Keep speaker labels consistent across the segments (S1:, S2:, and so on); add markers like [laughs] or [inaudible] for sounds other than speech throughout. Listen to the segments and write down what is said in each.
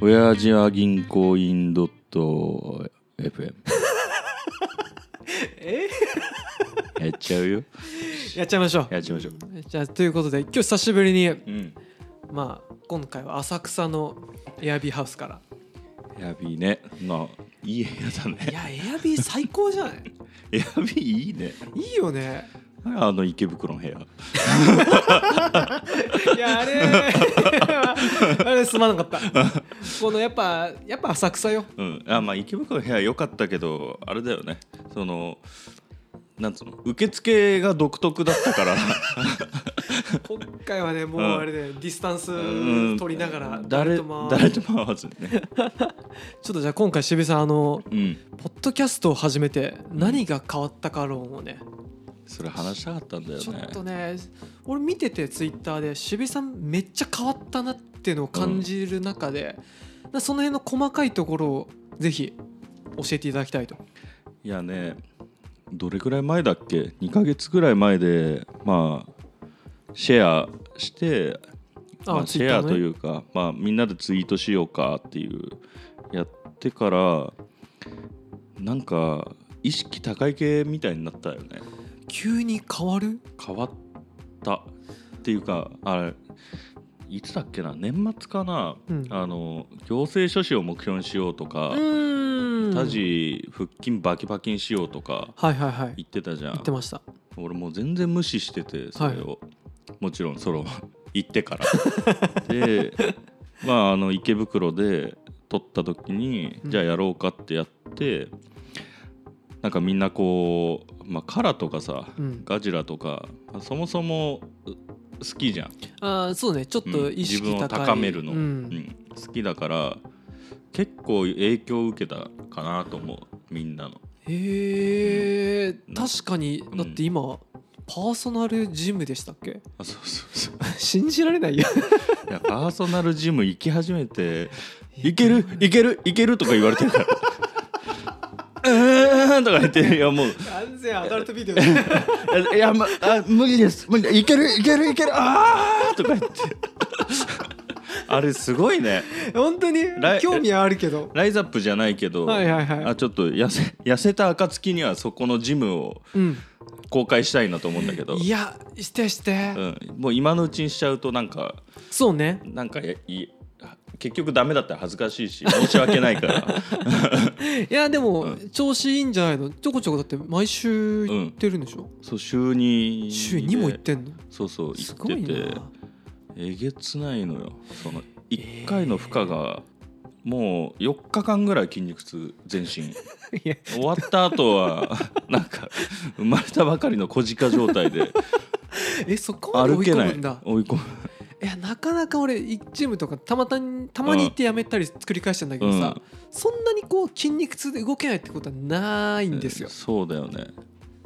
S1: 親父は銀行員 .fm
S2: [laughs] え
S1: やっちゃうよ
S2: やっちゃいましょう
S1: やっちゃいましょう
S2: じゃあということで今日久しぶりに
S1: うん
S2: まあ今回は浅草のエアビーハウスから
S1: やびねまあいい部屋だ [laughs]
S2: い
S1: ね
S2: やエアビー最高じゃない
S1: やびいいね
S2: いいよね
S1: あの池袋の部屋
S2: いやあれ [laughs] あれすまなかったこのやっぱやっぱ浅草よ
S1: うんあまあ池袋の部屋良かったけどあれだよねそのなんつうの受付が独特だったから
S2: [laughs] 今回はねもう
S1: うん
S2: あれで、ディスタン
S1: うん
S2: ス取りながら
S1: 誰
S2: とも
S1: 誰とも会わずにね
S2: ちょっとじゃあ今回渋井さんあの
S1: うん
S2: ポッドキャストを始めて何が変わったか論をね
S1: それ話したかったんだよね
S2: ちょっとね俺見ててツイッターで渋井さんめっちゃ変わったなっていうのを感じる中で、なその辺の細かいところをぜひ教えていただきたいと
S1: いやねどれくらい前だっけ2ヶ月ぐらい前でまあシェアして
S2: あ
S1: まあ、シ
S2: ツイッ
S1: ェ
S2: ター
S1: ア
S2: のね
S1: というか、まあ、みんなでツイートしようかっていうやってからなんか意識高い系みたいになったよね
S2: 急に変わる
S1: 変わったっていうかあれいつだっけな年末かな、
S2: うん
S1: あの行政書士を目標にしようとか
S2: う、ーん
S1: タジ腹筋バキバキにしようとか
S2: はいはいはい
S1: 言ってたじゃん
S2: 言ってました
S1: 俺もう全然無視しててそれを、も [laughs] ちろんソロ行って
S2: [laughs]
S1: からでまああの池袋で撮った時に、
S2: うん
S1: じゃあやろうかってやってなんかみんなこう、まあ、カラとかさ、
S2: うん
S1: ガジラとかまあそもそもう好きじゃん、
S2: あーそうねちょっ
S1: う
S2: と
S1: ん
S2: 意識高い、
S1: 自分を高めるの、
S2: うん
S1: うん好きだから結構影響を受けたかなと思うみんなの。
S2: へえ
S1: うん
S2: 確かに
S1: うん
S2: だって今、パーソナルジムでしたっけ [laughs]
S1: あそうそうそう
S2: 信じられないよ
S1: いやパーソナルジム行き始めて「いけるいけるいける」とか言われてるから [laughs] 「うーん」とか言って「いやもう
S2: 完全アダルトビデオい
S1: いや、ま、あ無理です無理ですいけるいけるいけるあー」とか言って [laughs] あれすごいね
S2: [laughs] 本当に
S1: 来
S2: 興味はあるけど
S1: ライザップじゃないけど、
S2: はいはいはい
S1: あちょっと痩せ痩せた暁にはそこのジムを
S2: うん
S1: 公開したいなと思うんだけど
S2: いやしてして、
S1: うん、もう今のうちにしちゃうとなんか
S2: そうね
S1: なんかやい結局ダメだったら恥ずかしいし申し訳ないから。
S2: いやでも、調子いいんじゃないのちょこちょこだって毎週行ってるんでしょ、
S1: そう週に
S2: 週にも行ってんの
S1: そうそう行
S2: すごい
S1: ってて
S2: な
S1: えげつないのよその1回の負荷がもう4日間ぐらい筋肉痛全身
S2: いや
S1: 終わった後は [laughs] なんか生まれたばかりの小鹿状態
S2: [laughs]
S1: で
S2: えそこまで
S1: 歩
S2: 追い
S1: け
S2: 込
S1: な
S2: む
S1: い
S2: んだ
S1: 追い込む
S2: いやなかなか俺ジムとかたまたにたまに行ってやめたり繰り返してんだけどさ、
S1: うん
S2: そんなにこう筋肉痛で動けないってことはないんですよ。
S1: そうだよね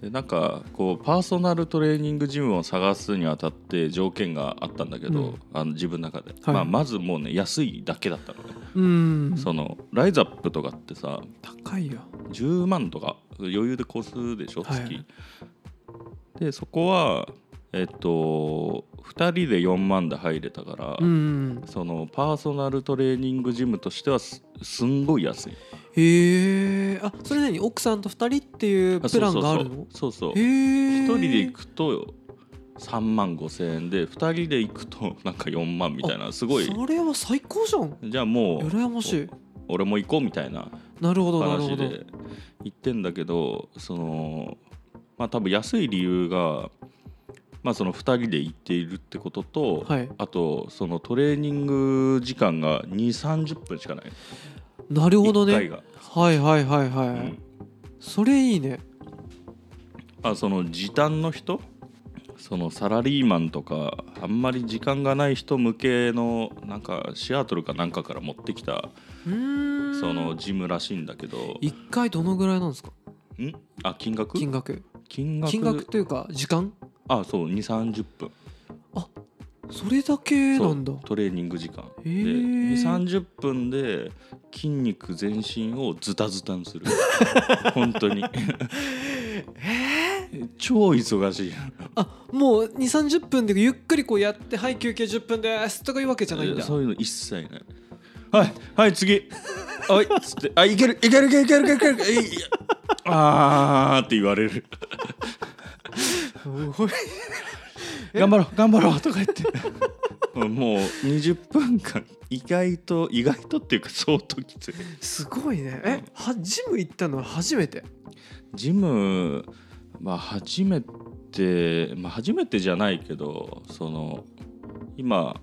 S1: でなんかこうパーソナルトレーニングジムを探すにあたって条件があったんだけど、
S2: うん
S1: あの自分の中で、
S2: はい
S1: まあ、まずもうね安いだけだったのね、
S2: うん
S1: そのライザップとかってさ
S2: 高いよ。
S1: 10万とか余裕で個数でしょ
S2: はい
S1: 月、でそこはえっと2人で4万で入れたから、
S2: うん、
S1: そのパーソナルトレーニングジムとしてはすすんごい安い
S2: へえあそれ何奥さんと二人っていう
S1: あ
S2: プランがあるの
S1: そうそうそう
S2: へ
S1: そう
S2: え
S1: 1人で行くと3万5千円で2人で行くとなんか4万みたいなすごい
S2: それは最高じゃん
S1: じゃあもう
S2: 羨ましい
S1: 俺も行こうみたいな
S2: なるほどなるほ
S1: 話
S2: ど
S1: で言ってんだけどそのまあ多分安い理由が、まあ、その2人で行っているってことと、
S2: はい
S1: あとそのトレーニング時間が2三3 0分しかない
S2: なるほど
S1: 1
S2: ね
S1: 回が、
S2: はいはいはいはい、
S1: うん
S2: それいいね
S1: まあ、その時短の人そのサラリーマンとかあんまり時間がない人向けのなんかシアトルかなんかから持ってきた
S2: うーん
S1: そのジムらしいんだけど、
S2: 一回どのぐらいなんですか
S1: んあ金額
S2: 金額
S1: 金額
S2: 金額というか時間
S1: あそう2三3 0分
S2: それだけ
S1: そう
S2: なんだ
S1: トレーニング時間で
S2: へー
S1: 2 3 0分で筋肉全身をズタズタに [laughs] する本当に超忙しい
S2: あもう2 3 0分でゆっくりこうやって「はい休憩10分です」とかいうわけじゃないんだ
S1: そういうの一切ないはいはい次はいつってあいけるいけるいけるいけるいけるいけるいいあーって言われる
S2: おい
S1: 頑張ろう頑張ろうとか言って [laughs] もう20分間意外と意外とっていうか相当きつい
S2: [laughs] すごいねえはジム行ったのは初めて
S1: ジムまあ初めてまあ初めてじゃないけどその今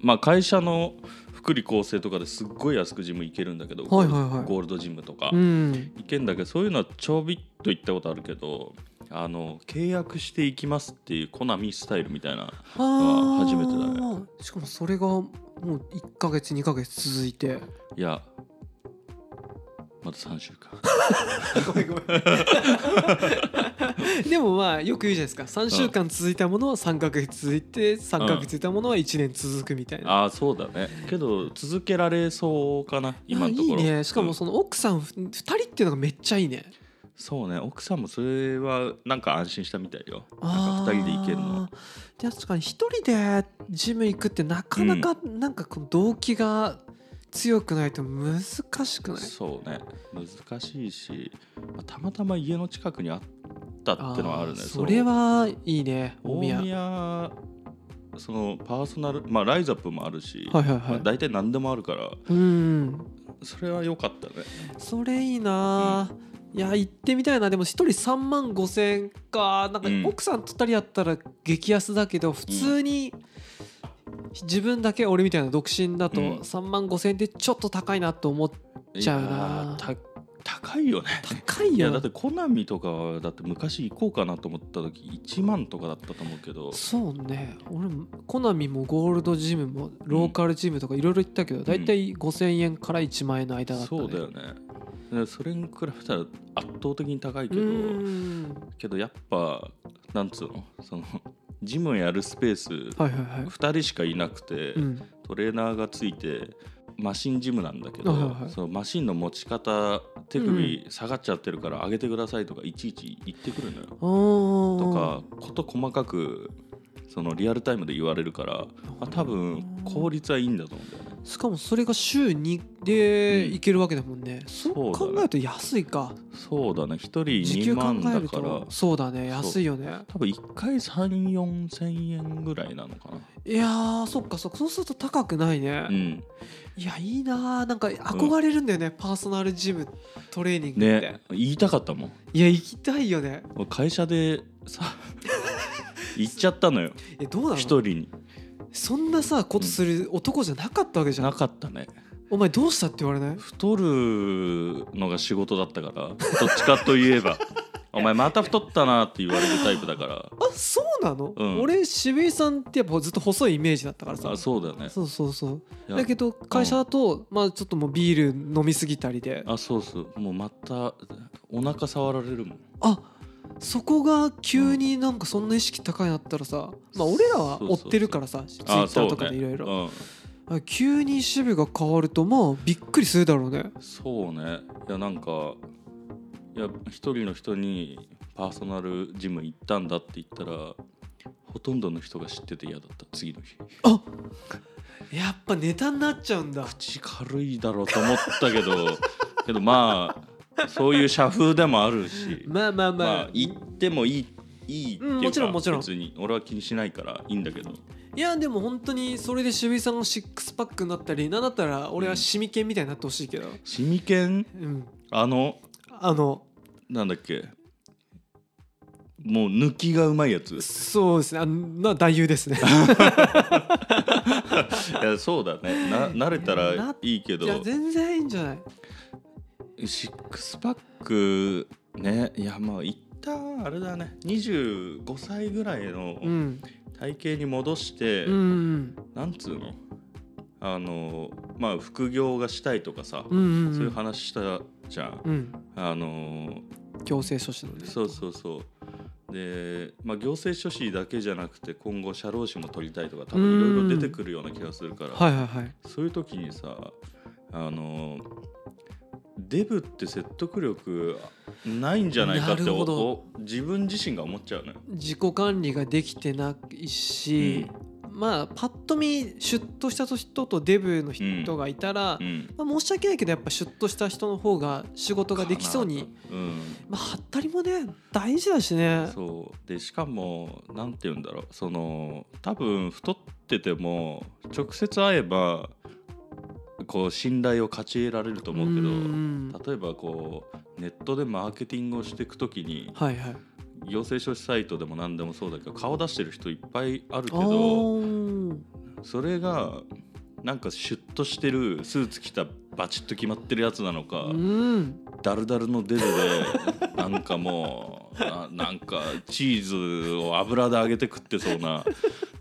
S1: まあ会社の福利厚生とかですっごい安くジム行けるんだけど、
S2: はいはいはい
S1: ゴールドジムとか、
S2: うん
S1: 行けんだけどそういうのはちょびっと行ったことあるけどあの契約していきますっていうコナミスタイルみたいな
S2: あー
S1: 初めてだ
S2: しかもそれがもう1ヶ月2ヶ月続いて
S1: いやまた3週間
S2: ごめんごめん [laughs] でもまあよく言うじゃないですか3週間続いたものは3ヶ月続いて3ヶ月続いたものは1年続くみたいな、
S1: ああそうだねけど続けられそうかな今のところ
S2: いいねしかもその奥さん2人っていうのがめっちゃいいね
S1: うんそうね奥さんもそれはなんか安心したみたいよな
S2: あ
S1: んか2人で行けるの
S2: ーで確かに一人でジム行くってなかなかなんかこの動機が強くないと難しくない、
S1: そうね難しいし、まあたまたま家の近くにあったってのはあるね
S2: あー
S1: そ
S2: そ
S1: の
S2: れはいいね大
S1: 大
S2: 宮
S1: 宮そのパーソナルまあライズアップもあるし、
S2: はいはいはい
S1: まあ、大体何でもあるから
S2: うん
S1: それは良かったね
S2: それいいな、いや行ってみたいなでも1人3万5千円かなんか
S1: うん
S2: 奥さんと2人やったら激安だけど普通に自分だけ俺みたいな独身だと
S1: うん
S2: 3万5千円ってちょっと高いなと思っちゃうない
S1: やーた高いよね
S2: 高い
S1: いや
S2: よ
S1: だってコナミとかはだって昔行こうかなと思った時1万とかだったと思うけど
S2: そうね俺もコナミもゴールドジムもローカルジムとかいろいろ行ったけど大体5,000円から1万円の間だったね
S1: そうだよねでそれに比べたら圧倒的に高いけど
S2: うーん
S1: けどやっぱなんつうのそのジムやるスペース
S2: はいはいはい
S1: 2人しかいなくて、
S2: うん
S1: トレーナーがついてマシンジムなんだけど、
S2: はいはいはい
S1: そのマシンの持ち方手首下がっちゃってるから上げてくださいとかいちいち言ってくるのよ、と
S2: あ
S1: かこと細かくそのリアルタイムで言われるから、まあ、多分効率はいいんだと思うんだよね
S2: ーしかもそれが週2で
S1: うん
S2: 行けるわけだもんね、そう
S1: そうだね
S2: 考えると安いか
S1: そうだね1人
S2: 時給
S1: 2
S2: 考
S1: 万
S2: え
S1: だ
S2: る
S1: から
S2: とそうだね
S1: そう
S2: 安いよね
S1: 多分1回3 4 0円ぐらいなのかない
S2: やーそっかそっかそうすると高くないね、
S1: うん
S2: いやいいなーなんか憧れるんだよね、パーソナルジムトレーニングって、
S1: ね言いたかったもん
S2: いや行きたいよね
S1: 俺会社でさ
S2: [laughs]
S1: 行っちゃったのよ
S2: えどうなの
S1: 1人に
S2: そんなさことする男じゃなかったわけじゃん、
S1: なかったね
S2: お前どうしたって言われない
S1: 太るのが仕事だったからどっちかといえ
S2: [laughs]
S1: ばお前また太ったなって言われるタイプだから
S2: あそうなの、
S1: うん
S2: 俺渋井さんってやっぱずっと細いイメージだったからさ
S1: あそうだよね
S2: そうそうそう
S1: いや
S2: だけど会社だと、まあちょっともうビール飲みすぎたりであ
S1: あそうそうもうまたお腹触られるもん
S2: そこが急になんかそんな意識高いなったらさ、まあ俺らは
S1: そうそう
S2: 追っ
S1: そう
S2: てるからさツイッ
S1: あ
S2: タ
S1: そうね
S2: ーとかでいろいろ
S1: うん
S2: あ急に守備が変わるとまあびっくりするだろうね
S1: そうねいやなんかいや一人の人にパーソナルジム行ったんだって言ったらほとんどの人が知ってて嫌だった次の日
S2: あやっぱネタになっちゃうんだ
S1: 口軽いだろうと思ったけど [laughs] けどまあそういう社風でもあるし
S2: まあまあまあ、
S1: まあ行ってもいいいいっていうか、
S2: うんもちろんもちろん
S1: 別に俺は気にしないからいいんだけど
S2: いやでも本当にそれで渋井さんのシックスパックになったりなんだったら俺はシミ犬みたいになってほしいけど
S1: シミケン
S2: うん
S1: あの
S2: あの
S1: なんだっけもう抜きがうまいや
S2: [laughs]
S1: つ
S2: そうですねあな男優ですね
S1: いやそうだねな慣れたらいいけど
S2: いや全然いいんじゃない
S1: シックスパックねいやまあ一旦あれだね25歳ぐらいの
S2: うん
S1: 体型に戻して、
S2: うん
S1: なんつうのあのまあ副業がしたいとかさ、
S2: うんうんん
S1: そういう話したじゃん、
S2: うん
S1: あの
S2: 強制処置のね
S1: そうそうそうで、まあ、行政書士だけじゃなくて今後社労士も取りたいとか多分いろいろ出てくるような気がするから、
S2: はいはいはい
S1: そういう時にさあのデブって説得力ないんじゃないかって
S2: なる
S1: お
S2: ほど
S1: お自分自身が思っちゃうのよ。
S2: 自己管理ができてないし、まあパッと見シュッとした人とデブの人がいたら、
S1: うん
S2: まあ、申し訳ないけどやっぱシュッとした人の方が仕事ができそうに、
S1: うん、
S2: まあ、はったりもね大事だしね
S1: そうでしかもなんて言うんだろうその多分太ってても直接会えばこう信頼を勝ち得られると思うけど
S2: ん
S1: 例えばこうネットでマーケティングをしていく時に
S2: はいはい
S1: 行政書士サイトでも何でもそうだけど顔出してる人いっぱいあるけ
S2: あ
S1: ど
S2: ー
S1: それがなんかシュッとしてるスーツ着たバチッと決まってるやつなのか、
S2: うん
S1: ダルダルのデブで [laughs] なんかもうななんかチーズを油で揚げて食ってそうな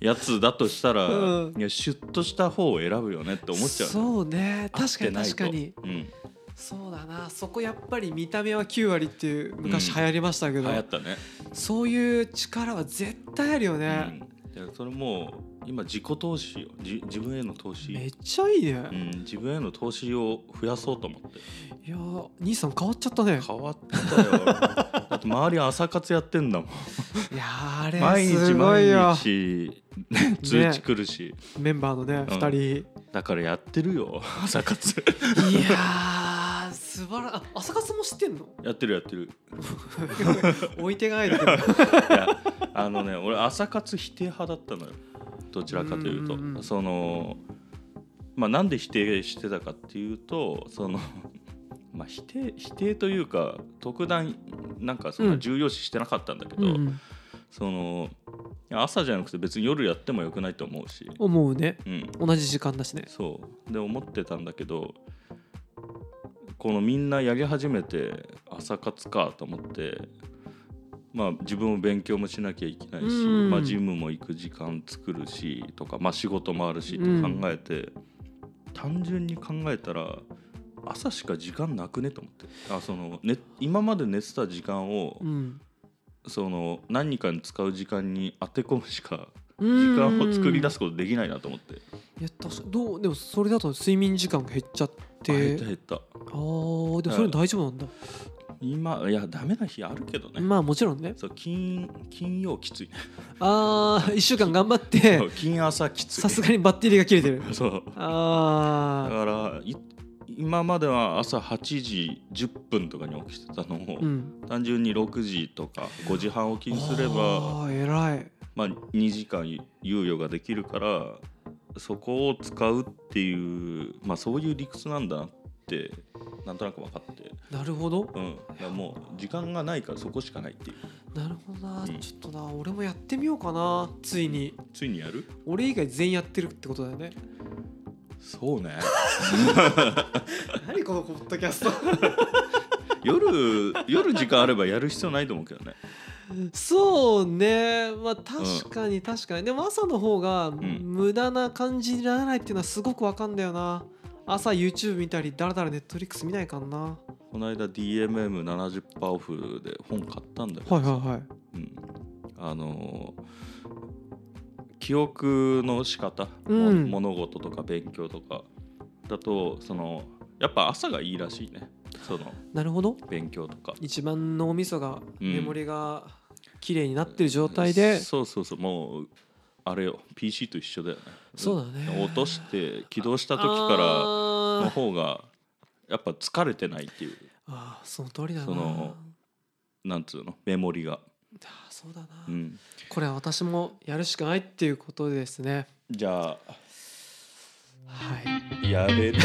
S1: やつだとしたら、
S2: うん
S1: いやシュッとした方を選ぶよねって思っちゃうね
S2: そうね
S1: 合っ
S2: 確か
S1: て
S2: に
S1: ない
S2: 確
S1: と
S2: かに
S1: うん、
S2: そうだなそこやっぱり見た目は9割っていう昔流行りましたけ
S1: 流
S2: ど、
S1: 行ったね、
S2: そういう力は絶対あるよね、
S1: うん、いやそれもう今自己投資よじ自分への投資、
S2: めっちゃいいね、
S1: うん、自分への投資を増やそうと思って
S2: いやー兄さん変わっちゃったね
S1: 変わった
S2: [laughs]
S1: よだって周り朝活やってんだもん
S2: いやーあれ
S1: 毎日
S2: すごいよ
S1: 毎日、ね、通知来るし、
S2: メンバーのね、
S1: ん
S2: 二人
S1: だからやってる [laughs] よ朝活
S2: いやー素晴らあ朝活も知ってんの [laughs]
S1: やってるやってる
S2: 置いてないけど
S1: いやあのね俺朝活否定派だったのよどちらかというと
S2: うんうんうん
S1: そのまあなんで否定してたかっていうとその [laughs] まあ否定否定というか特段なんかそんな重要視してなかったんだけど、
S2: うん
S1: そのいや朝じゃなくて別に夜やってもよくないと思うし、
S2: 思うね
S1: うん、
S2: 同じ時間だしね
S1: そうで思ってたんだけどこのみんなやり始めて朝活かと思ってまあ自分も勉強もしなきゃいけないし、
S2: うん
S1: まあ、ジムも行く時間作るしとか、まあ、仕事もあるしと
S2: うん
S1: 考えて、単純に考えたら朝しか時間なくねと思ってあその、ね、今まで寝てた時間を、
S2: うん
S1: その何かに使う時間に当て込むしか
S2: 時
S1: 時間を作り出
S2: す
S1: すことできないなと思って。
S2: いや確かどうでもそれだと睡眠時間が減っちゃって
S1: あ減った減った
S2: あーでもそれ大丈夫なんだ、
S1: 今いやダメな日あるけどね、
S2: まあもちろんね
S1: そう金金曜きつい
S2: あー1週間頑張 [laughs] って
S1: そう金朝きつい
S2: さすがにバッテリーが切れて [laughs] る
S1: そうだ
S2: あ
S1: からい今までは朝8時10分とかに起きてたのを、
S2: あうん
S1: 単純に6時とか5時半起きにすれば
S2: あー偉い
S1: まあ、2時間猶予ができるからそこを使うっていう、まあ、そういう理屈なんだなってなんとなく分かって、
S2: なるほ
S1: う
S2: ど
S1: ん、だからもう時間がないからそこしかないっていう
S2: なるほどな、
S1: うん
S2: ちょっとな俺もやってみようかなついに
S1: ついにやる
S2: 俺以外全員やってるってことだよね [laughs]
S1: そうね
S2: 何このポッドキャスト [laughs]
S1: 夜夜時間あればやる必要ないと思うけどね
S2: そうねまあ確かに確かに、でも朝の方が無駄な感じにならないっていうのはすごくわかんだよな朝 YouTube 見たりだらだら Netflix 見ないからな
S1: この間 DMM70% オフで本買ったんだけど
S2: はいはいはい
S1: うん、あのー記憶の仕方、
S2: うん
S1: も物事とか勉強とかだとそのやっぱ朝がいいらしいねその
S2: なるほど
S1: 勉強とか
S2: 一番脳みそが
S1: うん
S2: メモリが綺麗になってる状態で、
S1: そうそうそうもうあれよ PC と一緒だよね
S2: そうだね
S1: 落として起動した時か
S2: あ
S1: らの
S2: ー
S1: 方がやっぱ疲れてないっていう
S2: あーその通りだな
S1: そのなんつうのメモリが、
S2: あーそうだな、
S1: うん、
S2: これは私もやるしかないっていうことですね
S1: じゃあ
S2: はい
S1: やれる